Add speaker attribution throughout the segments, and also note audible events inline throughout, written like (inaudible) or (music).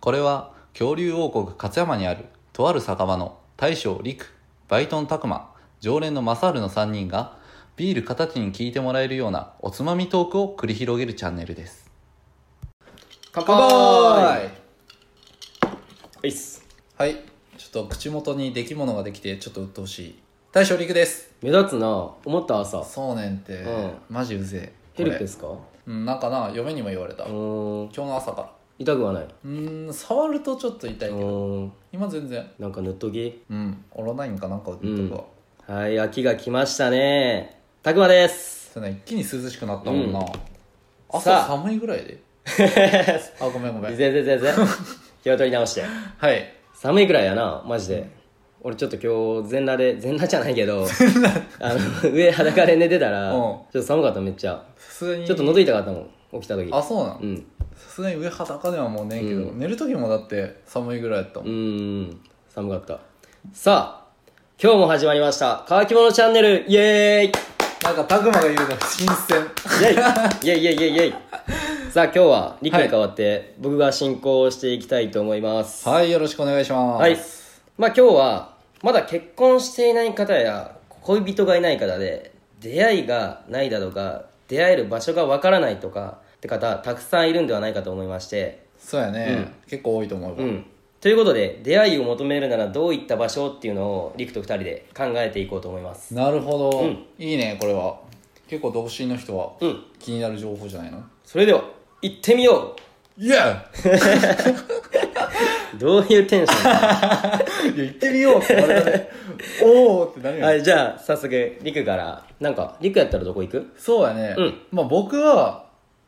Speaker 1: これは恐竜王国勝山にあるとある酒場の大将陸バイトン拓磨常連のマサールの3人がビール形に聞いてもらえるようなおつまみトークを繰り広げるチャンネルです
Speaker 2: 乾いっす
Speaker 1: はいちょっと口元に出来物ができてちょっと鬱陶しい大将陸です
Speaker 2: 目立つな思った朝
Speaker 1: そうねんて、
Speaker 2: うん
Speaker 1: マジうぜえ
Speaker 2: ヘルプ
Speaker 1: こ
Speaker 2: で
Speaker 1: れ
Speaker 2: すかう
Speaker 1: うんなんかな嫁にも言われた、今
Speaker 2: ーん
Speaker 1: 日の朝から
Speaker 2: 痛くはないう
Speaker 1: ーん触るとちょっと痛いうけど
Speaker 2: ーん
Speaker 1: 今全然
Speaker 2: なんか塗っとき
Speaker 1: うんオロナインかなんか売ってるとか、
Speaker 2: はい秋が来ましたねたくまです
Speaker 1: そうね一気に涼しくなったもんな、
Speaker 2: うん
Speaker 1: 朝
Speaker 2: さあ
Speaker 1: 寒いぐら
Speaker 2: (laughs)
Speaker 1: いで
Speaker 2: ぜ
Speaker 1: あごめんごめん
Speaker 2: ぜぜ
Speaker 1: (laughs)
Speaker 2: ぜぜ気を取り直して
Speaker 1: はい
Speaker 2: 寒いくらいやなマジで俺ちょっと今日全裸で全裸じゃないけ
Speaker 1: (laughs)
Speaker 2: どあの上裸で寝てたら
Speaker 1: う
Speaker 2: ち
Speaker 1: ん
Speaker 2: ょっと寒かっためっちゃ
Speaker 1: さすがに
Speaker 2: ちょっと喉痛かったもん起きた時
Speaker 1: あそうな
Speaker 2: うんん
Speaker 1: さすがに上裸ではもうねえけど、
Speaker 2: う
Speaker 1: 寝る時もだって寒いぐらいやったも、
Speaker 2: うんーん寒かったさあ今日も始まりました「乾き物チャンネル」イエーイ
Speaker 1: なんかタグマが言うのが新鮮
Speaker 2: イエイイエイイエイイエイイエイさあ今日はリクに代わって、僕が進行していきたいと思います
Speaker 1: はいよろしくお願いします
Speaker 2: はいまあ今日はまだ結婚していない方や恋人がいない方で出会いがないだとか出会える場所がわからないとかって方たくさんいるんではないかと思いまして
Speaker 1: そうやね、結構多いと思うわ、
Speaker 2: うん、ということで出会いを求めるならどういった場所っていうのを陸と2人で考えていこうと思います
Speaker 1: なるほど、
Speaker 2: うん
Speaker 1: いいねこれは結構独身の人は
Speaker 2: うん
Speaker 1: 気になる情報じゃないの
Speaker 2: それでは行ってみよ
Speaker 1: いや
Speaker 2: うどういうテンショ
Speaker 1: いや行ってみようって言われた
Speaker 2: (laughs)
Speaker 1: ねおーってなるよ
Speaker 2: ン
Speaker 1: ね、
Speaker 2: (laughs) はいじゃあ早速陸からなんか陸やったらどこ行く
Speaker 1: そうやね、
Speaker 2: うん
Speaker 1: まあ僕は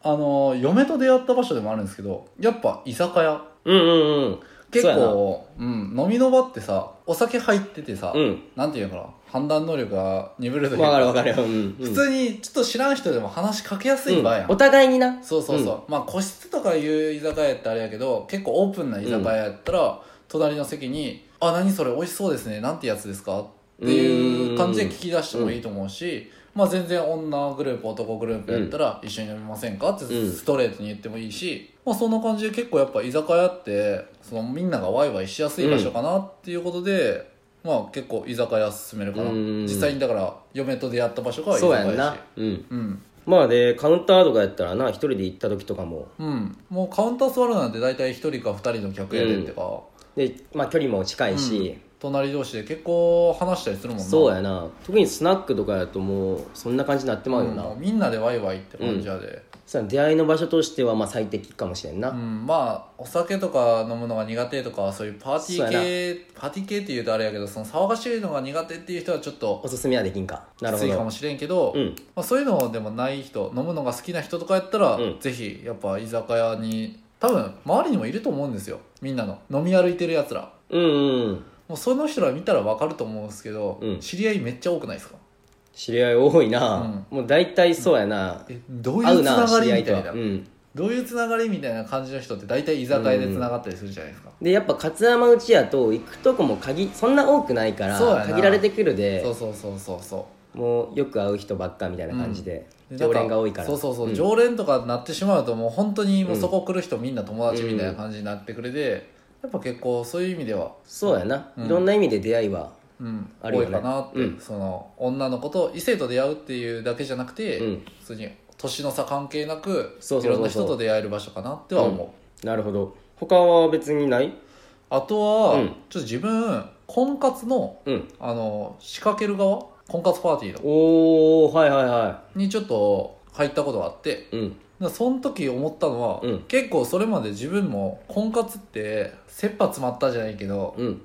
Speaker 1: あの嫁と出会った場所でもあるんですけどやっぱ居酒屋
Speaker 2: うんうんうん
Speaker 1: 結
Speaker 2: そう
Speaker 1: 構う、ん、飲みの場ってさお酒入っててさ、
Speaker 2: うん
Speaker 1: なんていうのかな判断能力が鈍ると
Speaker 2: や
Speaker 1: いう
Speaker 2: なわかるわ
Speaker 1: か
Speaker 2: かるよ、うんうん、
Speaker 1: 普通にちょっと知らん人でも話しかけやすい場やん、
Speaker 2: うんお互いにな
Speaker 1: そうそうそう、まあ個室とかいう居酒屋ってあれやけど結構オープンな居酒屋やったら、隣の席に「あ何それ美味しそうですねなんてやつですか?」っていう感じで聞き出してもいいと思うし、まあ、全然女グループ男グループやったら「一緒に飲みませんか?」って
Speaker 2: うん
Speaker 1: ストレートに言ってもいいし、まあ、そんな感じで結構やっぱ居酒屋ってそのみんながワイワイしやすい場所かなっていうことで、まあ結構居酒屋進めるかな、
Speaker 2: うん
Speaker 1: 実際にだから嫁と出会った場所が居酒
Speaker 2: そう
Speaker 1: 屋
Speaker 2: やん
Speaker 1: やし
Speaker 2: なうん
Speaker 1: うん
Speaker 2: まあでカウンターとかやったらな一人で行った時とかも
Speaker 1: うん、もうカウンター座るなんて大体一人か二人の客やでってか、
Speaker 2: でまあ距離も近いし、
Speaker 1: 隣同士で結構話したりするもんな
Speaker 2: そうやな特にスナックとかやともうそんな感じになってまうよな、
Speaker 1: うんみんなでワイワイって感じやで、
Speaker 2: さ出会いの場所としてはまあ最適かもしれんな、
Speaker 1: うんまあお酒とか飲むのが苦手とかそういうパーティー系パーティー系っていうとあれやけどその騒がしいのが苦手っていう人はちょっと
Speaker 2: おすすめはできんかな
Speaker 1: き
Speaker 2: るほ
Speaker 1: ついかも
Speaker 2: ど
Speaker 1: しれんけど、
Speaker 2: うん
Speaker 1: まあ、そういうのでもない人飲むのが好きな人とかやったら、
Speaker 2: うん
Speaker 1: ぜひやっぱ居酒屋に多分周りにもいると思うんですよみんなの飲み歩いてるやつら
Speaker 2: うんうんうん
Speaker 1: もうその人ら見たら分かると思うんですけど、
Speaker 2: うん
Speaker 1: 知り合いめっちゃ多くないですか
Speaker 2: 知り合い多いな、もう大体そうやな、
Speaker 1: えどう
Speaker 2: 合
Speaker 1: いううつな
Speaker 2: な知
Speaker 1: がり
Speaker 2: り合
Speaker 1: み
Speaker 2: いと
Speaker 1: たい
Speaker 2: は
Speaker 1: な、
Speaker 2: うん
Speaker 1: どういうつながりみたいな感じの人って大体居酒屋でつながったりするじゃないですか、
Speaker 2: でやっぱ勝山うちやと行くとこも限そんな多くないから
Speaker 1: そうやな
Speaker 2: 限られてくるで
Speaker 1: そうそうそうそうそ
Speaker 2: もうよく会う人ばっかみたいな感じで、
Speaker 1: うで
Speaker 2: 常
Speaker 1: なん
Speaker 2: 連が多いから
Speaker 1: そうそうそう、
Speaker 2: ん
Speaker 1: 常連とかになってしまうともう本当にもうそこ来る人みんな友達みたいな感じになってくれて、やっぱ結構そういう意味では、
Speaker 2: そうやな、
Speaker 1: うん
Speaker 2: いろんな意味で出会いは
Speaker 1: うん、
Speaker 2: あるよ
Speaker 1: 多い
Speaker 2: ね
Speaker 1: かなって、
Speaker 2: うん
Speaker 1: その女の子と異性と出会うっていうだけじゃなくて、
Speaker 2: うん
Speaker 1: 普通に年の差関係なく
Speaker 2: そうそうそうそう
Speaker 1: いろんな人と出会える場所かなっては思う、
Speaker 2: なるほど他は別にない
Speaker 1: あとは、
Speaker 2: うん
Speaker 1: ちょっと自分婚活の
Speaker 2: うん
Speaker 1: あの仕掛ける側婚活パーティーの
Speaker 2: おおはいはいは
Speaker 1: にちょっと入ったことがあってだか
Speaker 2: いうん
Speaker 1: らその時思ったのは、
Speaker 2: うん
Speaker 1: 結構それまで自分も婚活って切羽詰まったじゃないけど、
Speaker 2: うん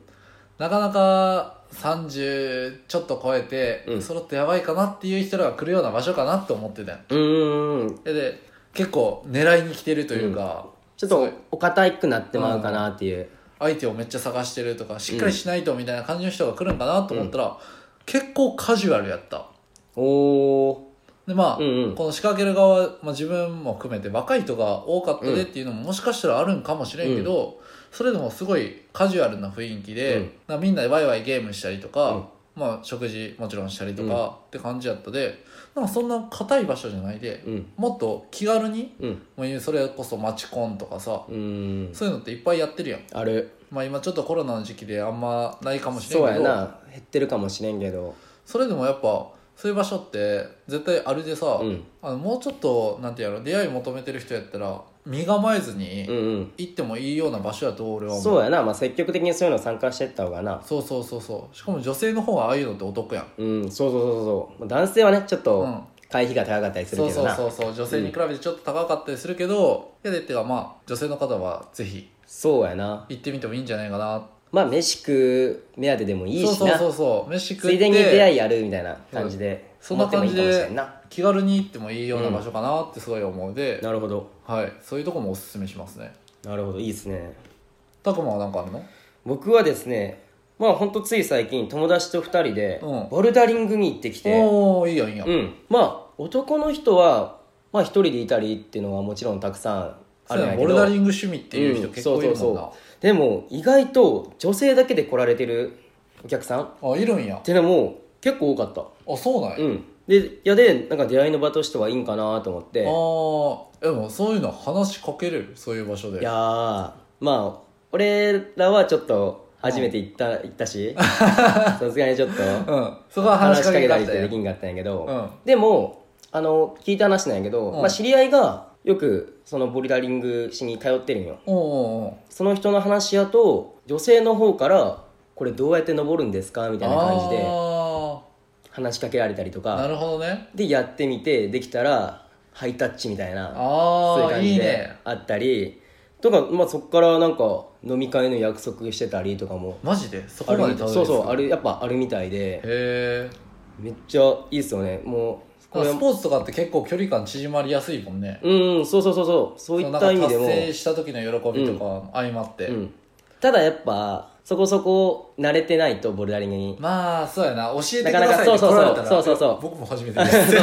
Speaker 1: なかなか30ちょっと超えて、
Speaker 2: うん
Speaker 1: そろってやばいかなっていう人らが来るような場所かなって思ってたよ
Speaker 2: うーん
Speaker 1: でで結構狙いに来てるというか、
Speaker 2: ちょっとお堅くなってまうかなっていう、
Speaker 1: 相手をめっちゃ探してるとかしっかりしないとみたいな感じの人が来るんかなと思ったら、結構カジュアルやった
Speaker 2: おお
Speaker 1: でまあ、
Speaker 2: うんうん
Speaker 1: この仕掛ける側、まあ、自分も含めて若い人が多かったでっていうのももしかしたらあるんかもしれんけど、それでもすごいカジュアルな雰囲気で、
Speaker 2: うん
Speaker 1: なんかみんなでワイワイゲームしたりとか、
Speaker 2: うん
Speaker 1: まあ、食事もちろんしたりとかって感じやったで、なんかそんな硬い場所じゃないで、
Speaker 2: うん
Speaker 1: もっと気軽に
Speaker 2: うん
Speaker 1: もうそれこそマチコンとかさ、
Speaker 2: うん
Speaker 1: そういうのっていっぱいやってるやん
Speaker 2: ある
Speaker 1: まあ今ちょっとコロナの時期であんまないかもしれ
Speaker 2: そ
Speaker 1: ん
Speaker 2: う
Speaker 1: け
Speaker 2: や
Speaker 1: ど
Speaker 2: な減ってるかもしれんけど
Speaker 1: それでもやっぱそういう場所って絶対あれでさ、
Speaker 2: うん
Speaker 1: あのもうちょっとなんていうの出会い求めてる人やったら身構えず
Speaker 2: う
Speaker 1: に
Speaker 2: ん
Speaker 1: 行ってもいいような場所やと俺
Speaker 2: う
Speaker 1: は
Speaker 2: ん
Speaker 1: 思う
Speaker 2: そうやなまあ積極的にそういうの参加してった方がな
Speaker 1: そうそうそうそうしかも女性の方はああいうのってお得やん
Speaker 2: うんそうそうそうそうまあ男性はねちょっ
Speaker 1: うん
Speaker 2: と会費が高かったりす
Speaker 1: そ
Speaker 2: る
Speaker 1: う
Speaker 2: けど
Speaker 1: そう
Speaker 2: な
Speaker 1: そうそう女性に比べてちょっと高かったりするけど、いやでってかまあ女性の方はぜひ
Speaker 2: そうやな
Speaker 1: 行ってみてもいいんじゃないかな
Speaker 2: まあ飯食う目当てでもいいし
Speaker 1: そうそう
Speaker 2: な
Speaker 1: そうそう飯食っ
Speaker 2: つ
Speaker 1: て
Speaker 2: いでに出会いやるみたいな感じで
Speaker 1: そん
Speaker 2: 思
Speaker 1: な
Speaker 2: っても
Speaker 1: 感
Speaker 2: いい
Speaker 1: じ
Speaker 2: かもしれ
Speaker 1: で
Speaker 2: んな
Speaker 1: 気軽に行ってもいいような場所かなってすごい思うで、
Speaker 2: なるほど
Speaker 1: はいそういうとこもおすすめしますね
Speaker 2: なるほどいいですね
Speaker 1: たくまは何かあるの
Speaker 2: 僕はですねまあほんとつい最近友達と2人で
Speaker 1: うん
Speaker 2: ボルダリングに行ってきて、
Speaker 1: おおいいやんいいやん、
Speaker 2: うんまあ男の人は、まあ、1人でいたりっていうのはもちろんたくさん
Speaker 1: そ
Speaker 2: あ
Speaker 1: う
Speaker 2: るん
Speaker 1: や
Speaker 2: や
Speaker 1: な
Speaker 2: け
Speaker 1: ボ
Speaker 2: ど
Speaker 1: ルダリング趣味っていう人結構いる
Speaker 2: そ
Speaker 1: も
Speaker 2: うんそう
Speaker 1: な
Speaker 2: そ、うでも意外と女性だけで来られてるお客さんっ
Speaker 1: あいるんや
Speaker 2: てのも結構多かった
Speaker 1: あそうなんや、
Speaker 2: うんでいやでなんか出会いの場としてはいいんかなと思って
Speaker 1: ああでもそういうの話しかけれるそういう場所で
Speaker 2: いやーまあ俺らはちょっと初めて行った,、行った
Speaker 1: (laughs)
Speaker 2: しさすがにちょっと
Speaker 1: うんそこは話し
Speaker 2: 話し
Speaker 1: か
Speaker 2: か
Speaker 1: け
Speaker 2: け
Speaker 1: ら
Speaker 2: た
Speaker 1: れ
Speaker 2: りって
Speaker 1: て
Speaker 2: できんかったんやけど、
Speaker 1: うん
Speaker 2: でもあの聞いた話なんやけど、
Speaker 1: うん
Speaker 2: まあ、知り合いがよくそのボルダリングしに通ってるんよ
Speaker 1: おおうおう
Speaker 2: その人の話やと女性の方から「これどうやって登るんですか?」みたいな感じで
Speaker 1: あ
Speaker 2: 話しかけられたりと
Speaker 1: あな
Speaker 2: か
Speaker 1: るほどね
Speaker 2: でやってみてできたらハイタッチみたいなそうい
Speaker 1: あ
Speaker 2: う
Speaker 1: あ
Speaker 2: 感
Speaker 1: い
Speaker 2: じ
Speaker 1: い
Speaker 2: で
Speaker 1: ね
Speaker 2: あったりとか、まあ、そこからなんか飲み会の約束してたりとかも
Speaker 1: マジでそ
Speaker 2: あ
Speaker 1: こ
Speaker 2: る
Speaker 1: ま
Speaker 2: み
Speaker 1: で
Speaker 2: た
Speaker 1: た
Speaker 2: い
Speaker 1: どり着
Speaker 2: そう
Speaker 1: く
Speaker 2: そうあ
Speaker 1: へ
Speaker 2: るやっぱあるみたいで
Speaker 1: え
Speaker 2: めっちゃいいっすよねもうこれ
Speaker 1: スポーツとかって結構距離感縮まりやすいもんね
Speaker 2: うんそうそうそうそうそうい
Speaker 1: その
Speaker 2: った意味
Speaker 1: なん
Speaker 2: で
Speaker 1: か
Speaker 2: も
Speaker 1: 達成した時の喜びとか相まって、
Speaker 2: うん、ただやっぱそこそこ慣れてないとボルダリングに
Speaker 1: まあそうやな教えてく
Speaker 2: なかな
Speaker 1: だ
Speaker 2: か
Speaker 1: さいって
Speaker 2: そうそうそう
Speaker 1: 来られたら
Speaker 2: そうそうそう
Speaker 1: 僕も初めてです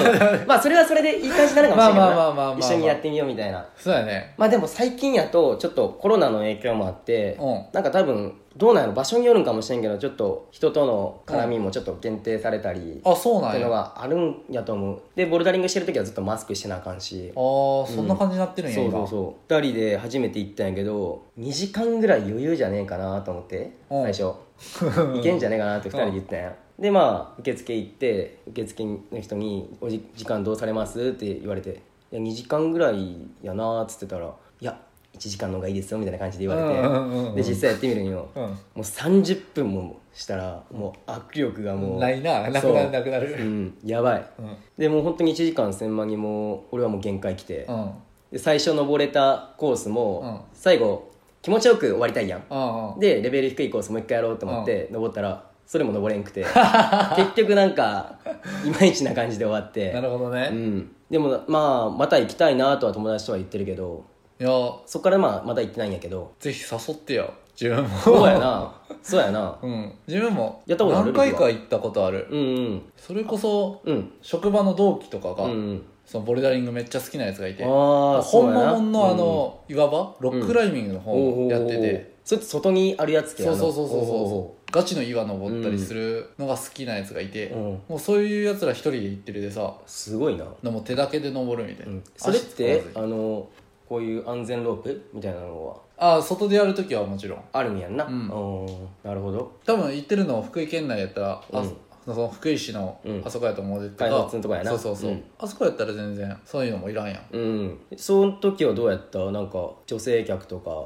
Speaker 2: (laughs) まあそれはそれでいい感じになるかもしれないけどな
Speaker 1: まあまあまあまあまあまあ
Speaker 2: 一緒にやってみようみたいな
Speaker 1: (laughs) そうやね
Speaker 2: まあでも最近やとちょっとコロナの影響もあって、
Speaker 1: うん
Speaker 2: なんか多分どうなの場所によるんかもしれんけどちょっと人との絡みもちょっと限定されたり、っ
Speaker 1: あそうな
Speaker 2: て
Speaker 1: ん
Speaker 2: いう
Speaker 1: や
Speaker 2: の
Speaker 1: あ
Speaker 2: があるんやと思うでボルダリングしてる時はずっとマスクしてなあかんし
Speaker 1: あーそんな感じになってるんや、
Speaker 2: そう
Speaker 1: 今
Speaker 2: そうそう2人で初めて行ったんやけど2時間ぐらい余裕じゃねえかなと思って
Speaker 1: うん
Speaker 2: 最初行けんじゃねえかなって2人で言ったんやでまあ受付行って受付の人に「おじ時間どうされます?」って言われて「いや2時間ぐらいやな」っつってたら「いや1時間の方がいいですよ」みたいな感じで言われて、
Speaker 1: うんうんうんうん
Speaker 2: で実際やってみるんよ、
Speaker 1: うん
Speaker 2: もう30分もしたらもう握力がもう
Speaker 1: ないななく
Speaker 2: そう
Speaker 1: なるなくな
Speaker 2: う
Speaker 1: る
Speaker 2: んやばい
Speaker 1: うん、
Speaker 2: でもう本当に1時間1000万にもう俺はもう限界来て、
Speaker 1: うん、うん
Speaker 2: で最初登れたコースも、
Speaker 1: う
Speaker 2: 最後気持ちよく終わりたいやん
Speaker 1: うんうん
Speaker 2: でレベル低いコースもう一回やろうと思って登ったらそれも登れんくて
Speaker 1: (laughs)
Speaker 2: 結局なんかいまいちな感じで終わって
Speaker 1: なるほどね、
Speaker 2: う
Speaker 1: い
Speaker 2: ん、でもまあまた行きたいなとは友達とは言ってるけど
Speaker 1: や
Speaker 2: そこからまあまた行ってないんやけど
Speaker 1: ぜひ誘ってよ自分も
Speaker 2: そうやなそうやな
Speaker 1: (laughs) うん自分も
Speaker 2: やったことあ
Speaker 1: 何
Speaker 2: る
Speaker 1: 回か行ったことある、
Speaker 2: うんうん
Speaker 1: それこそ
Speaker 2: うん
Speaker 1: 職場の同期とかが、
Speaker 2: うんうん
Speaker 1: そのボルダリングめっちゃ好きなやつがいて
Speaker 2: ああ
Speaker 1: 本物のあの岩場ロッククライミングの方やってて、
Speaker 2: それって外にあるやつけ
Speaker 1: そうそうそうそう
Speaker 2: おうおうおう
Speaker 1: そうガチの岩登ったりするのが好きなやつがいて、
Speaker 2: うん
Speaker 1: もうそういうやつら一人で行ってるでさ
Speaker 2: すごいな
Speaker 1: でも手だけで登るみたいな、
Speaker 2: それっ
Speaker 1: 足
Speaker 2: て
Speaker 1: つか
Speaker 2: あ
Speaker 1: ずに
Speaker 2: のこういう安全ロープみたいなのは
Speaker 1: ああ外でやるときはもちろん
Speaker 2: あるんやんな、
Speaker 1: うん
Speaker 2: おーなるほど
Speaker 1: 多分行ってるの福井県内やったら、あ
Speaker 2: うん
Speaker 1: その福井市の
Speaker 2: うん
Speaker 1: あそこやと思うでと
Speaker 2: 開発のとこやな
Speaker 1: そうそうそう、
Speaker 2: うん
Speaker 1: あそこやったら全然そういうのもいらんやん
Speaker 2: うんその時はどうやったなんか女性客とかは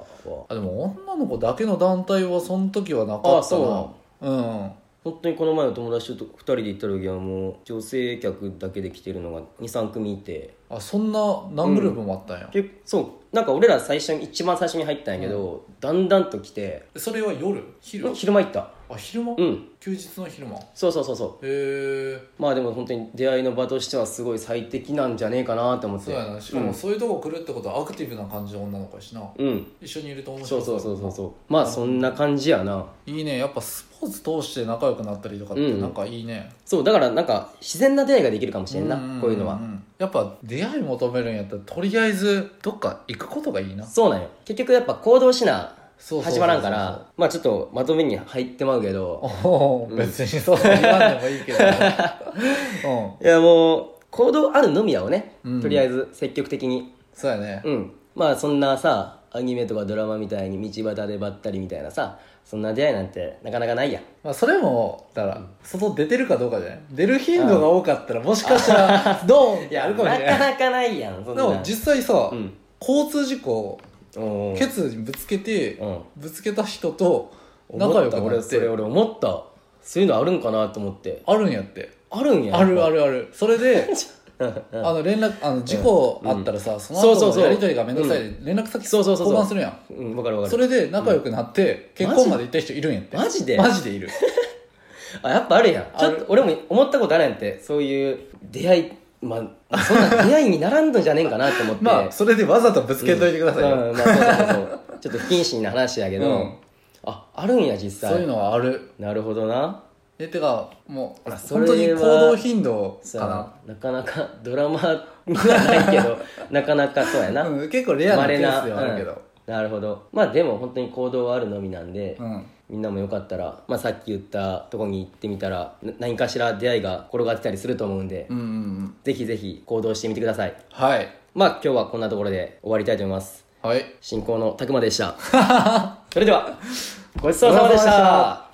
Speaker 1: あでも女の子だけの団体はその時はな
Speaker 2: あ
Speaker 1: か
Speaker 2: あ
Speaker 1: った
Speaker 2: そうな
Speaker 1: な
Speaker 2: の
Speaker 1: うん
Speaker 2: 本当にこの前の友達と2人で行った時はもう女性客だけで来てるのが23組いて
Speaker 1: あそんな何グループもあったんや、
Speaker 2: 結そうなんか俺ら最初に一番最初に入ったんやけど、だんだんと来て
Speaker 1: それは夜昼
Speaker 2: うん昼間行った
Speaker 1: あ昼間、
Speaker 2: うん
Speaker 1: 休日の昼間へ
Speaker 2: そうそうそうそう
Speaker 1: え
Speaker 2: まあでも本当に出会いの場としてはすごい最適なんじゃねえかなと思って
Speaker 1: そうやなしかもそういうとこ来るってことはアクティブな感じの女の子やしな、
Speaker 2: うん
Speaker 1: 一緒にいると面
Speaker 2: そ
Speaker 1: 白
Speaker 2: うそう
Speaker 1: う
Speaker 2: そうそうそうまあそんな感じやない
Speaker 1: いねやっぱスポーツ通して仲良くなったりとかっ
Speaker 2: う
Speaker 1: て
Speaker 2: ん
Speaker 1: なんかいいね、
Speaker 2: そうだからなんか自然な出会いができるかもしれんな
Speaker 1: うんんん
Speaker 2: こういうのは
Speaker 1: んやっぱ出会い求めるんやったらとりあえずどっか行くことがいいな
Speaker 2: そうなんよ結局やっぱ行動しな
Speaker 1: そうそうそうそう
Speaker 2: 始まらんからまあちょっとまとめに入ってまうけど
Speaker 1: おー別にそう言わんでもい
Speaker 2: (laughs)
Speaker 1: いけど、うん、
Speaker 2: いやもう行動あるのみやをね、
Speaker 1: うん
Speaker 2: とりあえず積極的に
Speaker 1: そうやね、
Speaker 2: うんまあそんなさアニメとかドラマみたいに道端でばったりみたいなさそんな出会いなんてなかなかないやん
Speaker 1: まあ、それもだから外出てるかどうかじゃない出る頻度が多かったらもしかしたらドーンってあるかもしれ
Speaker 2: な
Speaker 1: ない
Speaker 2: かなかないやんそん
Speaker 1: で
Speaker 2: な
Speaker 1: も実際さ、
Speaker 2: うん
Speaker 1: 交通事故
Speaker 2: おー
Speaker 1: ケツにぶつけて、
Speaker 2: うん
Speaker 1: ぶつけた人と
Speaker 2: 思
Speaker 1: 仲
Speaker 2: っ
Speaker 1: 良
Speaker 2: た
Speaker 1: くな
Speaker 2: 俺
Speaker 1: っ
Speaker 2: それ
Speaker 1: て
Speaker 2: 俺思ったそういうのあるんかなと思って
Speaker 1: あるんやって
Speaker 2: あるんや
Speaker 1: あるあ
Speaker 2: る
Speaker 1: るあるそれ
Speaker 2: (laughs)
Speaker 1: であの連絡あの事故あったらさ、その
Speaker 2: そうそう
Speaker 1: 後
Speaker 2: そ
Speaker 1: の
Speaker 2: う
Speaker 1: やり取りがめんどくさいで連絡先
Speaker 2: そうそうそうそう
Speaker 1: 交換するやん
Speaker 2: うんわかるわか
Speaker 1: そ
Speaker 2: る
Speaker 1: れで仲良くなって結婚まで行った人いるんやって
Speaker 2: マジで
Speaker 1: マジでいる
Speaker 2: あやっぱあるやんち
Speaker 1: あ
Speaker 2: ょ
Speaker 1: る
Speaker 2: っと俺も思ったことあるやんってそういう出会いまあそんな (laughs) 出会いにならんのじゃねえんかなと思って
Speaker 1: まあそれでわざとぶつけといてくださいよ、
Speaker 2: うんまあそうそうそうちょっと不謹慎な話やけど、
Speaker 1: うん
Speaker 2: ああるんや実際
Speaker 1: そういうのはある
Speaker 2: なるほどな
Speaker 1: えてかもう
Speaker 2: あそ
Speaker 1: 本
Speaker 2: れは
Speaker 1: 当に行動頻度
Speaker 2: そう
Speaker 1: か
Speaker 2: なかなかドラマ (laughs) はないけどなかなかそうや
Speaker 1: な
Speaker 2: な、
Speaker 1: うん、結構レアなケ
Speaker 2: 稀
Speaker 1: ースではあるけ
Speaker 2: うん
Speaker 1: ど、
Speaker 2: なるほどまあでも本当に行動はあるのみなんで、
Speaker 1: うん
Speaker 2: みんなもよかったら、まあ、さっき言ったとこに行ってみたらな何かしら出会いが転がってたりすると思うんで、
Speaker 1: うんうんうん
Speaker 2: ぜひぜひ行動してみてください
Speaker 1: はい
Speaker 2: まあ今日はこんなところで終わりたいと思います
Speaker 1: はい
Speaker 2: (laughs) 進行のたくまでしたそれではごちそうさまでした